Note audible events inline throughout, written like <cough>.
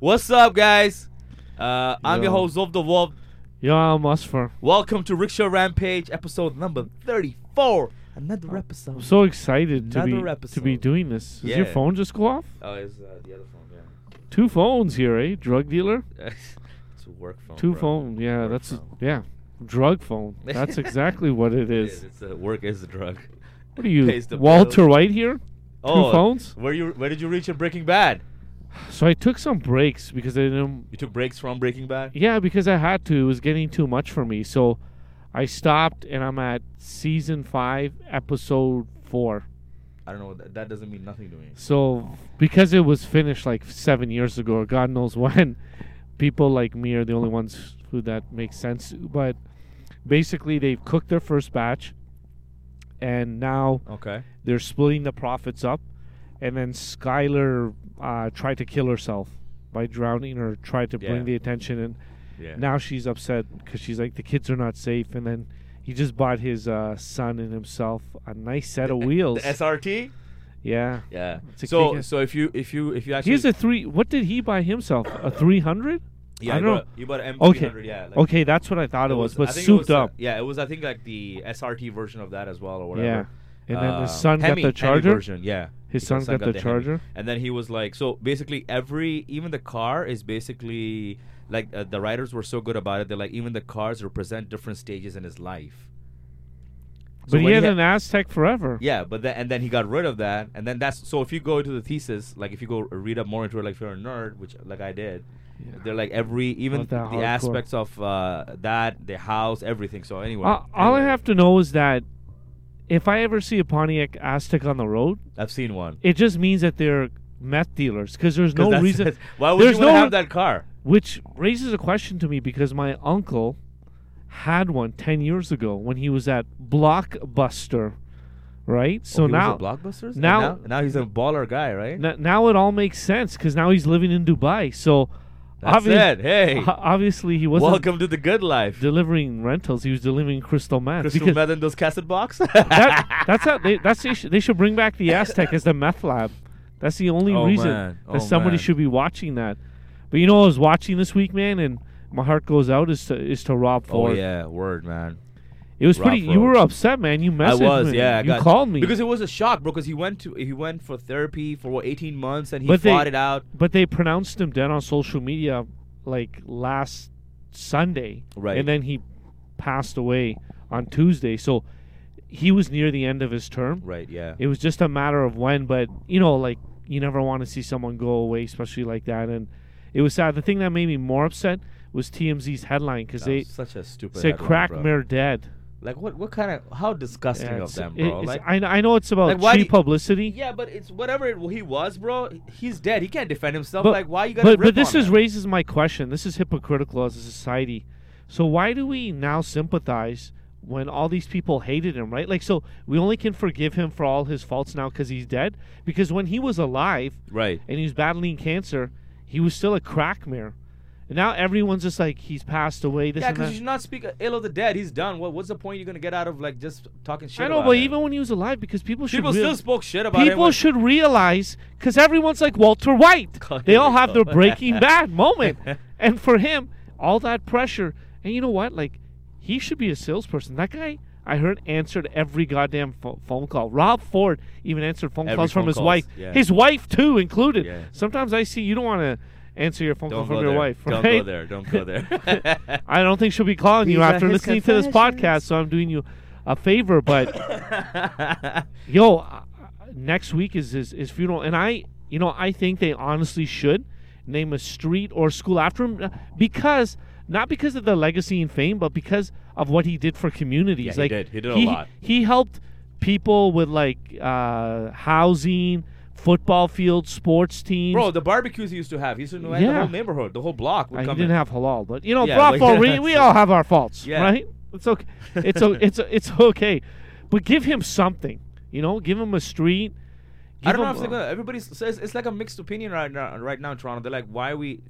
What's up, guys? Uh, I'm your Yo. host, Zolf the Wolf. Yo, I'm Asfar. Welcome to Rickshaw Rampage, episode number 34. Another I'm episode. Oh. so excited to Another be to be episode. doing this. Does your Yeah. phone just go off? oh, it's uh, the other phone, Two phones here, eh? Drug dealer. yeah. <laughs> it's a work phone. Two bro. phone. Yeah, Work that's phone. yeah. <laughs> Drug phone. That's exactly what It it is. It's a work is a drug. What are you, Pays the Walter bills. White here? Oh, phones? Where you? Where did you reach in Breaking Bad? So I took some breaks because I didn't. You took breaks from Breaking Bad. Yeah, because I had to. It was getting too much for me. So I stopped, and I'm at season five, episode four. I don't know. That, that doesn't mean nothing to me. So because it was finished like seven years ago, or God knows <laughs> when, people like me are the only ones who that makes sense. to. But basically, they've cooked their first batch, and now Okay. they're splitting the profits up. And then Skylar uh, tried to kill herself by drowning, or tried to Yeah. bring the attention, and Yeah. now she's upset because she's like the kids are not safe. And then he just bought his uh, son and himself a nice set of wheels. The SRT. yeah. Yeah. It's a so kick- so if you if you if you actually Here's a three. What did he buy himself? A three hundred? yeah I you don't bought, you bought an M300 Okay. yeah Uh, like- Okay, that's what I thought it was, I but think it souped was, uh, up. yeah, it was I think like the SRT version of that as well or whatever. yeah, and then Uh, his son Hemi- got Hemi the charger. version, yeah. His son got the Hemi. charger. And then he was like, so basically every even the car is basically like uh, the writers were so good about it. They're like even the cars represent different stages in his life. So but he when had ha- an Aztec forever. yeah, but then and then he got rid of that, and then that's so. If you go to the thesis, like if you go read up more into it, like if you're a nerd, which like I did, Yeah. they're like every even Not the that hardcore. aspects of uh, that, the house, everything. So anyway, Uh, all I anyway, have to know is that if I ever see a Pontiac Aztec on the road, I've seen one. it just means that they're meth dealers because there's 'Cause no that's- reason. <laughs> Why would there's you want no- to have that car? <laughs> Which raises a question to me because my uncle had one 10 years ago when he was at Blockbuster, Oh, right? So now blockbusters. now- now, now he's a baller guy, right? N- now it all makes sense because now he's living in Dubai. So That's obvi- it. Hey, <laughs> o- obviously he wasn't welcome to the good life. delivering rentals. He was delivering crystal meth. Crystal because meth in those cassette box. <laughs> Oh, that- that's how they, that's they, should- they should bring back the Aztec as the meth lab. That's the only Oh, reason man. that Oh, somebody man. should be watching that. But you know, I was watching this week, man, and my heart goes out is to is to Rob oh Ford. yeah, word man. It was Rob pretty. You Ford. were upset, man. You messaged I was, me. yeah. I you got- called me because it was a shock, bro. Because he went to he went for therapy for what, 18 months and he But they- fought it out. But they pronounced him dead on social media like last Sunday. Right. And then he passed away on Tuesday. So he was near the end of his term. Right, yeah, It was just a matter of when, but you know, like you never want to see someone go away, especially like that. And it was sad. The thing that made me more upset was TMZ's headline because That they was such a stupid. said headline, crack bro. mayor dead. Like what? What kind of how disgusting Yeah, of it's- them, it- bro? it's- like I, I know it's about Like, why do cheap you- publicity. yeah, but it's whatever it, he was, bro. He's dead. He can't defend himself. But- like why you gotta? but rip but this on is him? raises my question. This is hypocritical as a society. So why do we now sympathize when all these people hated him, right? Like so we only can forgive him for all his faults now cuz he's dead because when he was alive right. and he was battling cancer, he was still a crack mare. And now everyone's just like he's passed away this Yeah, and because you that. should not speak ill of the dead. He's done. What, what's the point you're gonna get out of like just talking shit? I know, about but him? even when he was alive because people should people real- still spoke shit about him. People when- should realize because everyone's like Walter White. Oh, They here all we have their go. <laughs> Breaking Bad moment, and for him, all that pressure. And you know what? Like, he should be a salesperson. That guy, I heard, answered every goddamn pho- phone call. Rob Ford even answered phone Every calls from phone his calls, wife, yeah. his wife too included. Yeah. Sometimes I see you don't want to answer your phone Don't call from go your there. wife. Don't right? go there. Don't go <laughs> there. I don't think she'll be calling you These are after his listening to this podcast, confessions. so I'm doing you a favor. But yo uh, next week is his, his funeral and i you know i think they honestly should name a street or school after him uh, because not because of the legacy and fame but because of what he did for communities Yeah, he like did. He did a lot. he helped people with like uh, housing football fields sports teams <laughs> Bro, the barbecues he used to have. He used to know the Yeah. whole neighborhood, the whole block would Uh, he come didn't in. have halal, but you know, Yeah, Bravo, but- <laughs> we, we all have our faults, Yeah. right? It's okay. It's o- it's it's <laughs> okay, but give him something. You know, give him a street. I don't give know if him they're a- gonna. Everybody says it's like a mixed opinion right now. Right now in Toronto, they're like, "Why we?"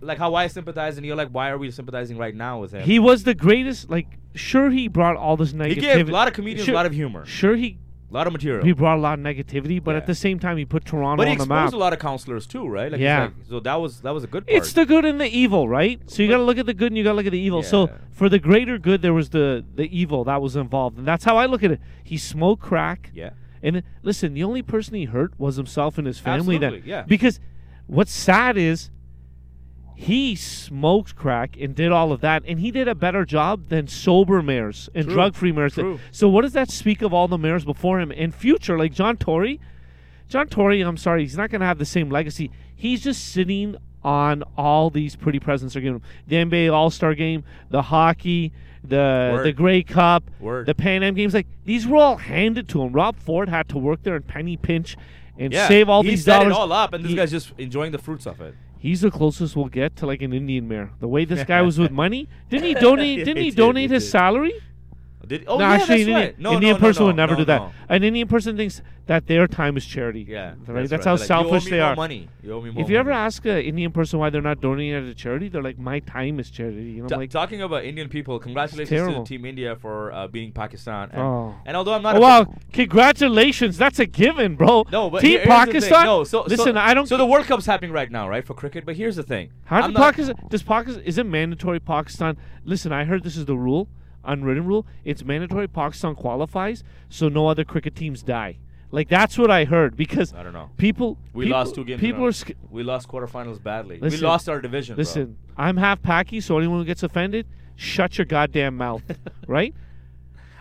Like how I sympathize, and you're like, "Why are we sympathizing right now with him?" He was the greatest. Like, sure, he brought all this negativity. He gave a lot of comedians sure, a lot of humor. Sure, he A lot of material. He brought a lot of negativity, but Yeah. at the same time, he put Toronto but he on the map. exposed a lot of counselors too, right? Like, he's Yeah. like- so that was that was a good part. It's the good and the evil, right? So you got to look at the good and you got to look at the evil. So Yeah. for the greater good, there was the the evil that was involved, and that's how I look at it. He smoked crack, yeah. and listen, the only person he hurt was himself and his family. Then, Absolutely, yeah. because what's sad is he smoked crack and did all of that, and he did a better job than sober mayors and True, drug-free mayors. did. true. So what does that speak of all the mayors before him and future, like John Tory? John Tory, I'm sorry, he's not going to have the same legacy. He's just sitting on all these pretty presents they're giving him: the NBA All-Star Game, the hockey, the Word. the Grey Cup, Word. the Pan Am games. Like these were all handed to him. Rob Ford had to work there and penny pinch and Yeah. save all he these set dollars. it all up, and this He- guy's just enjoying the fruits of it. He's the closest we'll get to like an Indian mayor. The way this <laughs> guy was with money, didn't he donate? He Didn't he, did, he donate his did. salary? Did, oh no, yeah, actually, that's an Indian, right. No, Indian no, no, person no, would never no, do that. no. An Indian person thinks that their time is charity. Yeah, right. right. That's, how They're like, "You owe selfish me they more are. Money. You owe me more If you ever money." ask an Indian person why they're not donating it to charity, they're like, "My time is charity." You know, Ta- like, talking about Indian people, congratulations to terrible. Team India for uh, beating Pakistan. And, Oh. and although I'm not, oh, a wow, congratulations! That's a given, bro. No, but here- Team here's the thing. Pakistan. No, so, so- listen, I don't. So the World Cup's happening right now, right, for cricket. But here's the thing. How I'm did not- Pakistan? Does Pakistan? Is it mandatory Pakistan? Listen, I heard this is the rule, unwritten rule. It's mandatory Pakistan qualifies, so no other cricket teams die. Like that's what I heard because I don't know. people. We people- lost two games. in a People row. are. Sc- we lost quarterfinals badly. Listen, we lost our division. bro. listen, I'm half Paki, so anyone who gets offended, shut your <laughs> goddamn mouth, right?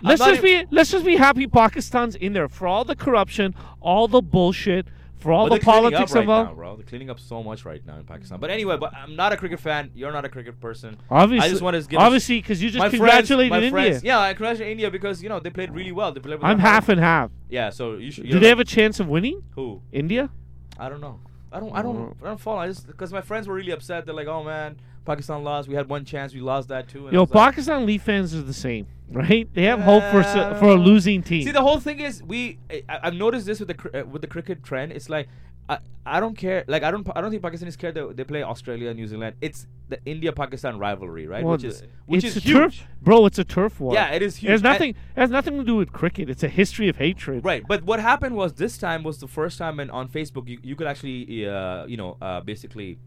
Let's not e- just be let's just be happy Pakistan's in there for all the corruption, all the bullshit, for all But the they're cleaning politics up right involved. now, bro. They're cleaning up so much right now in Pakistan. But anyway, but I'm not a cricket fan. You're not a cricket person. Obviously, I just want to give a- obviously because you just my congratulated friends, my India. Friends, yeah, I congratulate India because you know they played really well. They played. With <laughs> I'm their heart. half and half. Yeah, so you should. Do they have a Uh, chance of winning? who? India? I don't know. I don't. I don't. I don't follow. I just because my friends were really upset. They're like, "Oh man, Pakistan lost. We had one chance. We lost that too." And I Yo, was like- Pakistan Leaf fans are the same, right? They have hope for s- for a losing team. See, the whole thing is we. I, I- I've noticed this with the cr- uh, with the cricket trend. It's like I, I don't care. Like I don't I don't think Pakistan is scared that they play Australia and New Zealand. It's the India Pakistan rivalry, right? Well, which is which it's is a turf, huge. bro. It's a turf war. Yeah, it is It has huge. I- nothing. It has nothing to do with cricket. It's a history of hatred. Right, but what happened was this time was the first time and on Facebook you, you could actually uh, you know uh, basically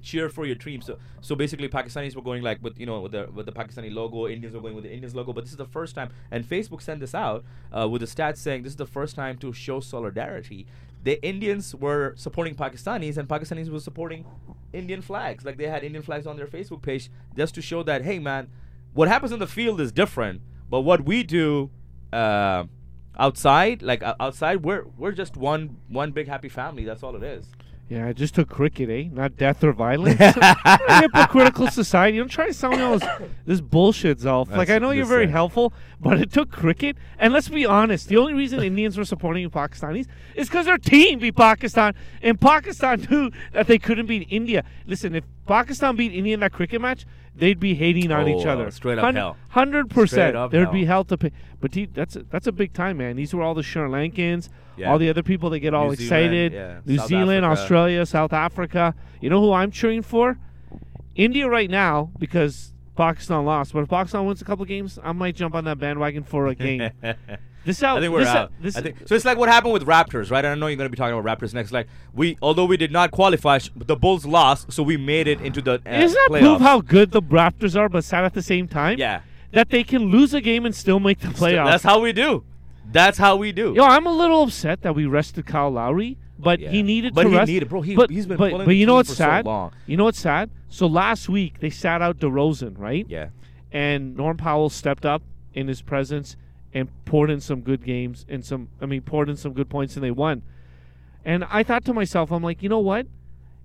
cheer for your team. So so basically Pakistanis were going like with you know with the with the Pakistani logo, Indians were going with the Indians logo. But this is the first time, and Facebook sent this out uh, with the stats saying this is the first time to show solidarity. The Indians were supporting Pakistanis, and Pakistanis were supporting Indian flags. Like they had Indian flags on their Facebook page just to show that hey man, what happens in the field is different, but what we do. Uh, outside like o- outside we're we're just one one big happy family that's all it is Yeah, I just took cricket, eh? Not death or <laughs> violence. A hypocritical society. Don't try to sell me all this, this bullshit, Zolf. like That's- I know you're listen. very helpful, but it took cricket. And let's be honest, the only reason Indians were supporting Pakistanis is because their team beat Pakistan, and Pakistan <laughs> knew that they couldn't beat India. Listen, if Pakistan beat India in that cricket match, they'd be hating on Oh, each uh, other. straight up hell. Hundred Straight percent. up There'd be hell. hell to pay. But dude, that's a, that's a big time, man. These were all the Sri Lankans, Yeah. all the other people that get all New Zealand, excited. yeah. New South Zealand, Africa. Australia, South Africa. You know who I'm cheering for? India right now because Pakistan lost. But if Pakistan wins a couple games, I might jump on that bandwagon for a <laughs> game. this out. I think we're this out. This I think, so it's like what happened with Raptors, right? And I know you're going to be talking about Raptors next. Like we, although we did not qualify, sh- the Bulls lost, so we made it into the uh, doesn't that playoffs. prove how good the Raptors are, but sad at the same time? Yeah. That they can lose a game and still make the playoffs. That's how we do. That's how we do. Yo, I'm a little upset that we rested Kyle Lowry, but Yeah. he needed But to he rest. needed- bro, he- but, he's been but, pulling but the you know team what's for so sad? long. You know what's sad? So last week they sat out DeRozan, right? yeah. And Norm Powell stepped up in his presence and poured in some good games and some I mean poured in some good points and they won. And I thought to myself, I'm like, you know what?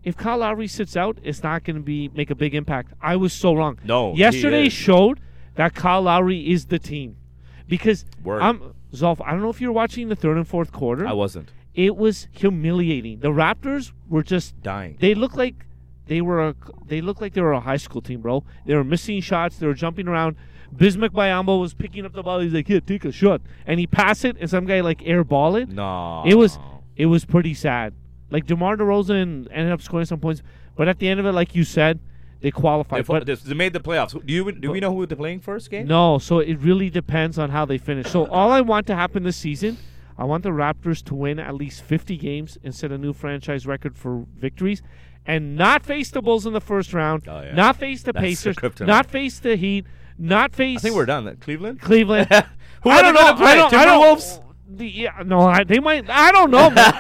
If Kyle Lowry sits out, it's not going to be make a big impact. I was so wrong. No, he yesterday is. showed that Kyle Lowry is the team because Word. I'm Zolf. I don't know if you're watching the third and fourth quarter. I wasn't it was humiliating. The Raptors were just dying. they look like they were a, they looked like they were a high school team, bro. They were missing shots. They were jumping around. Bismack Bayambo was picking up the ball. He's like, "Yeah, take a shot," and he passed it, and some guy like airball it. no, It was it was pretty sad. Like Demar Derozan ended up scoring some points, but at the end of it, like you said, they They, qualified. fo- But they, they made the playoffs. Do you? Do we know who they're playing first game? no, so it really depends on how they finish. So all I want to happen this season, I want the Raptors to win at least 50 games and set a new franchise record for victories and not face the Bulls in the first round, Oh, yeah. not face the That's the Pacers, kryptonite. not face the Heat, not face I think we're done. Cleveland. Cleveland. <laughs> Who I are don't they know. gonna play? I don't, I don't, Timberwolves. the- yeah, no, I, they might. I don't <laughs> know. man.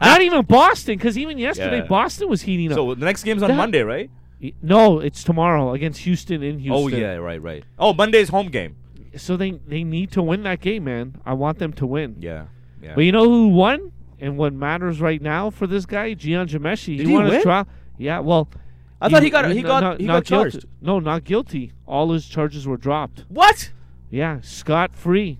not even Boston, because even yesterday Yeah. Boston was heating up. So the next game's on That- Monday, right? Y- no, it's tomorrow against Houston in Houston. Oh yeah, right, right. Oh, Monday's home game. So they they need to win that game, man. I want them to win. Yeah, yeah. But you know who won? And what matters right now for this guy, Gian Jameshi, Did he won win? a trial. Yeah, well, I thought he got- he no- got- not- he not got charged. guilty. No, not guilty. All his charges were dropped. what? Yeah, scot free,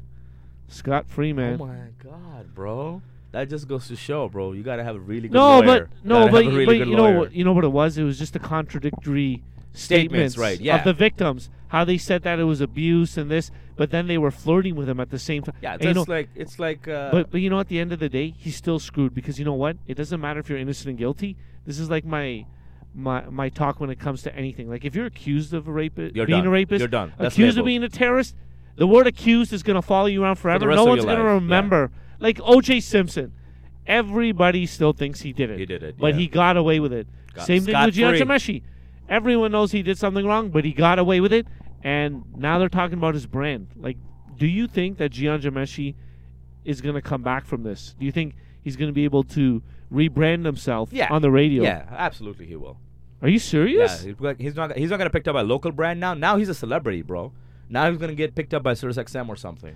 scot free, man. Oh my god, bro. That just goes to show, bro. You gotta have a really good no, lawyer. but no, Gotta but, have a really but good you know lawyer. what you know what it was? It was just the contradictory Statements, statements, right, yeah. of the victims. How they said that it was abuse and this, but then they were flirting with him at the same time. Yeah, And, you that's know, like it's like. Uh, but but you know, at the end of the day, he's still screwed because you know what? It doesn't matter if you're innocent and guilty. This is like my my my talk when it comes to anything. Like if you're accused of a rapist, You're being done. a rapist, You're done. That's accused labeled. of being a terrorist, the word accused is gonna follow you around forever. rest no of one's your gonna life, yeah. remember. Like O.J. Simpson, everybody still thinks he did it. He did it, but yeah. he got away with it. Got- Same thing with Gian scot-free. Jameshi. Everyone knows he did something wrong, but he got away with it. And now they're talking about his brand. Like, do you think that Gian Jameshi is going to come back from this? Do you think he's going to be able to rebrand himself Yeah. on the radio? yeah, absolutely, he will. Are you Yeah, serious? he's like- he's not he's not gonna picked up by a local brand now. Now he's a celebrity, bro. Now he's gonna get picked up by Sirius XM or something.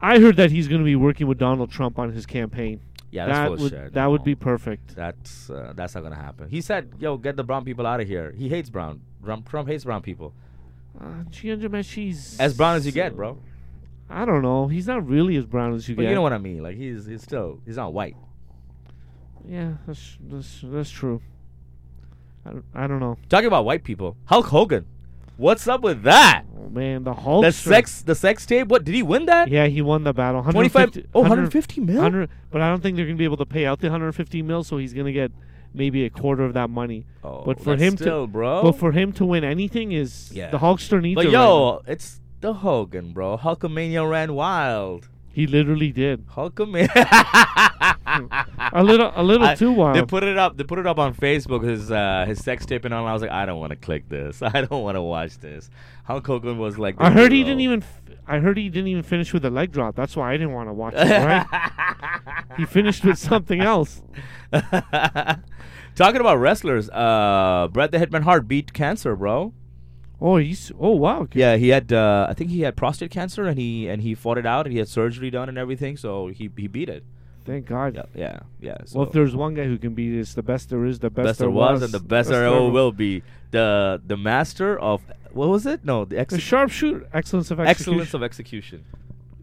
I heard that he's going to be working with Donald Trump on his campaign. Yeah, that's that full of would shit. that would be No. perfect. That's uh, that's not gonna happen. He said, "Yo, get the brown people out of here." He hates brown. Trump, Trump hates brown people. Uh, Gian Jameshi's As brown as you get, bro. I don't know. He's not really as brown as you But get. you know what I mean. Like he's he's still he's not white. Yeah, that's that's, that's true. I don't, I don't know. Talking about white people, Hulk Hogan. What's up with that? Oh, man, the Hulk. The sex the sex tape. What did he win that? Yeah, he won the battle. 25 150 oh 100 150 mil? 100 but I don't think they're going to be able to pay out the 150 mil, so he's going to get maybe a quarter of that money. Oh, but for that's him still, to bro. but for him to win anything is Oh. Yeah. the Hulkster needs. But it right now. yo, it's the Hogan, bro. Hulkamania ran wild. he literally did Hulkamania. a little a little I- too <laughs> They wild. put it up. They put it up on Facebook. His uh, his sex tape and all. I was like, I don't want to click this. <laughs> I don't want to watch this. Hulk Hogan was like, the I heard he hero. didn't even. F- I heard he didn't even finish with a leg drop. That's why I didn't want to watch it. Right? <laughs> he finished with something else. <laughs> Talking about wrestlers, uh, Bret the Hitman Hart beat cancer, bro. Oh, he's. Oh wow. okay. Yeah, he had. Uh, I think he had prostate cancer, and he and he fought it out, and he had surgery done and everything. So he he beat it. Thank God. Yeah, yeah, yeah. So. Well, if there's one guy who can beat it, it's the best there is, the best, best there was, and the best there ever will. will be. The the master of what was it? No, the ex- The sharpshooter, excellence of execution. excellence of execution.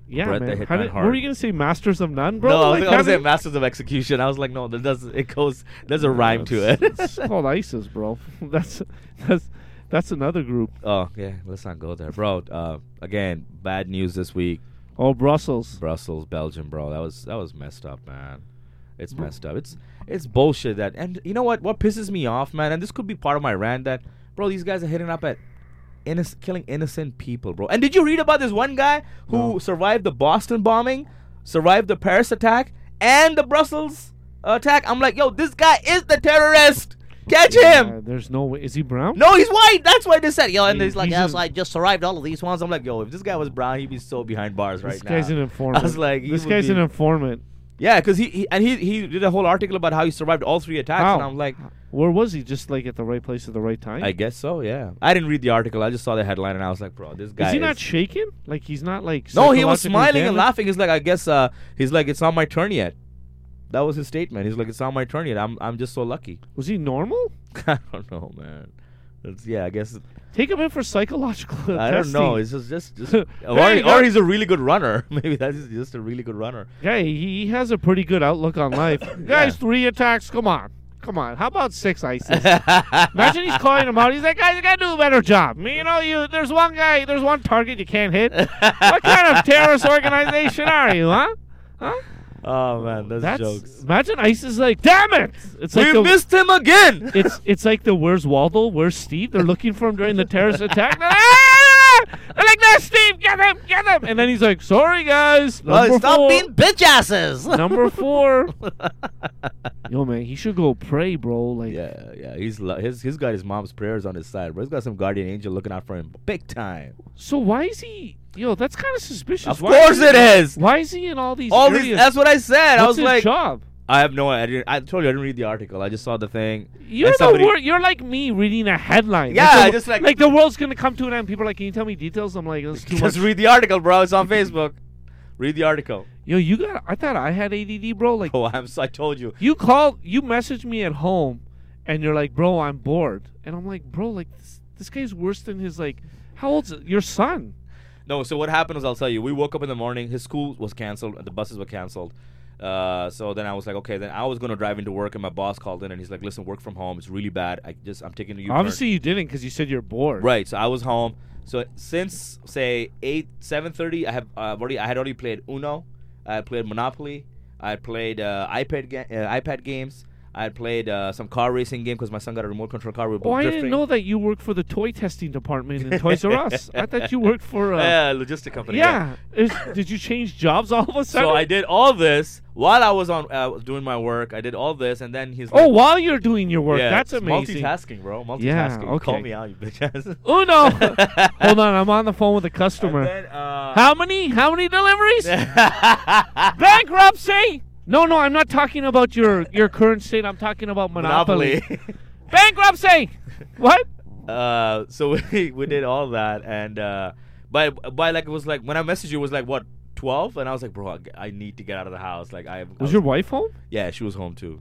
yeah, Bret the man. Hitman How did, Hart. were you gonna say masters of none, bro? no, I was, Like, I was how saying did- masters of execution. I was like, no, that does it goes. There's a rhyme to it. It's called ISIS, bro. <laughs> that's that's that's another group. <laughs> oh yeah, let's not go there, bro. Uh, again, bad news this week. Oh, Brussels. Brussels, Belgium, bro. That was that was messed up, man. It's messed up. It's it's bullshit that. And you know what? What pisses me off, man. And this could be part of my rant that, bro. These guys are hitting up at. Innocent, killing innocent people, bro. And did you read about this one guy who No. survived the Boston bombing, survived the Paris attack, and the Brussels attack? I'm like, yo, this guy is the terrorist. Catch Yeah, him. there's no way. Is he brown? No, he's white. That's why they said, yo. And He- he's like, he's yeah, a- so I just survived all of these ones. I'm like, yo, if this guy was brown, he'd be so behind bars right This now. guy's an I informant. was like, he this would guy's be- an informant. yeah, because he, he and he he did a whole article about how he survived all three attacks, How? eh? and I'm like, Where was he? Just like at the right place at the right time. I guess so. Yeah, I didn't read the article. I just saw the headline, and I was like, bro, this guy. is he not shaking? Like he's not like. no, he was psychologically smiling and damaged? laughing. He's like, I guess uh, he's like, it's not my turn yet. That was his statement. He's like, it's not my turn yet. I'm I'm just so lucky. <laughs> Was he normal? I don't know, man. It's, yeah, I guess Take him in for psychological. I don't know. testing. It's just just, just <laughs> There or, you go. or he's a really good runner. <laughs> Maybe that's just a really good runner. Yeah, he, he has a pretty good outlook <laughs> on life. Guys, three attacks. Come on. Come on. How about <laughs> six ISIS? Imagine he's calling them out. He's like, guys, you gotta do a better job. You know, you there's one guy, there's one target you <laughs> can't hit. what kind of terrorist organization are you, huh? Huh? Oh man, those That's jokes. imagine ISIS like, damn it! It's like we the, <laughs> missed him again. <laughs> it's it's like the where's Waldo, where's Steve? They're looking for him during the terrorist attack. Ah! They're like, no, Steve, get him, get him. And then he's like, sorry, guys. Well, number stop four, being bitch asses. <laughs> number four. Yo, man, he should go pray, bro. <laughs> Like, Yeah, yeah. He's lo- he's he's got his mom's prayers on his side, bro. He's got some guardian angel looking out for him big time. so why is he? Yo, that's kind of suspicious. Of Why course is it is. Why is he in all these? All areas? these, that's what I said. I What's was his like, job. I have no. I didn't. I told you I didn't read the article. I just saw the <laughs> thing. You're and the somebody- wor- You're like me reading a headline. Like, Yeah, the- just like- the world's gonna come to an end. People are like, can you tell me details? I'm like, that's too much. Just read the article, bro. It's on Facebook. Read the article. Yo, you got. I thought I had ADD, bro. Like, <laughs> Oh, I'm. So, I told you. you called, you messaged me at home, and you're like, bro, I'm bored. And I'm like, bro, like this, this guy's worse than his like. How old's your son? No, so what happened was I'll tell you. We woke up in the morning. His school was canceled. The buses were canceled. Uh, so then I was like, okay. Then I was gonna drive into work, and my boss called in, and he's like, "Listen, work from home. It's really bad. I just I'm taking you." Obviously, you didn't because you said you're bored. Right. So I was home. So since say eight seven thirty, I have uh, I've already I had already played Uno, I had played Monopoly, I had played uh, iPad ga- uh, iPad games, I had played uh, some car racing game because my son got a remote control car. We were Oh, both I didn't drifting. <laughs> know that you work for the toy testing department in Toys R Us. I thought you worked for. Uh, Yeah, logistic company. yeah. Is- did you change jobs all of a sudden? So I did all this while I was on uh, doing my work. I did all this, and then he's Oh, like, while you're doing your work, yeah, that's it's amazing. Multitasking, bro. Multitasking. okay. Call me out, you bitch ass. Oh no! Hold on, I'm on the phone with a customer. <laughs> And then, uh, How many? How many deliveries? <laughs> Bankruptcy? No, no, I'm not talking about your your current state. I'm talking about monopoly. Monopoly. Bankruptcy. What? <laughs> Uh, so <laughs> we, we did all that, and uh, by by like it was like when I messaged you it was like what twelve, and I was like, bro, I g- I need to get out of the house. Like I I Was your wife home? yeah, she was home too,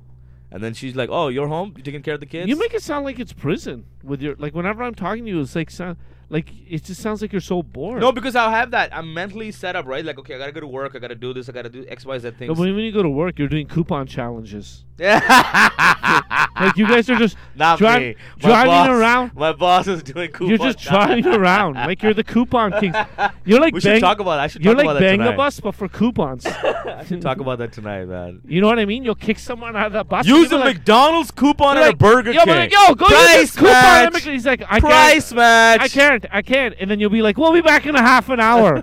and then she's like, oh, you're home, you taking care of the kids. You make it sound like it's prison with your like. Whenever I'm talking to you, it's like sound like it just sounds like you're so bored. no, because I'll have that. I'm mentally set up, right? Like, okay, I gotta go to work. I gotta do this. I gotta do X, Y, Z No, things. <laughs> but when you go to work, you're doing coupon challenges. Not <laughs> Like you guys are just me. driving, My driving boss- around. My boss is doing cool. You're <laughs> just driving around like you're the coupon king. You're like We should bang, talk about. I should you're talk like about that bang tonight. the bus, but for <laughs> coupons. I should talk about that tonight, man. You know what I mean? You'll kick someone out of the bus. Use a and you'll be like, McDonald's coupon at like, a Burger yo, King. but like, yo, go use Price this coupon. match. at Mc-" He's like, I Price can't. match. <laughs> I can't. I can't. And then you'll be like, we'll be back in a half an hour.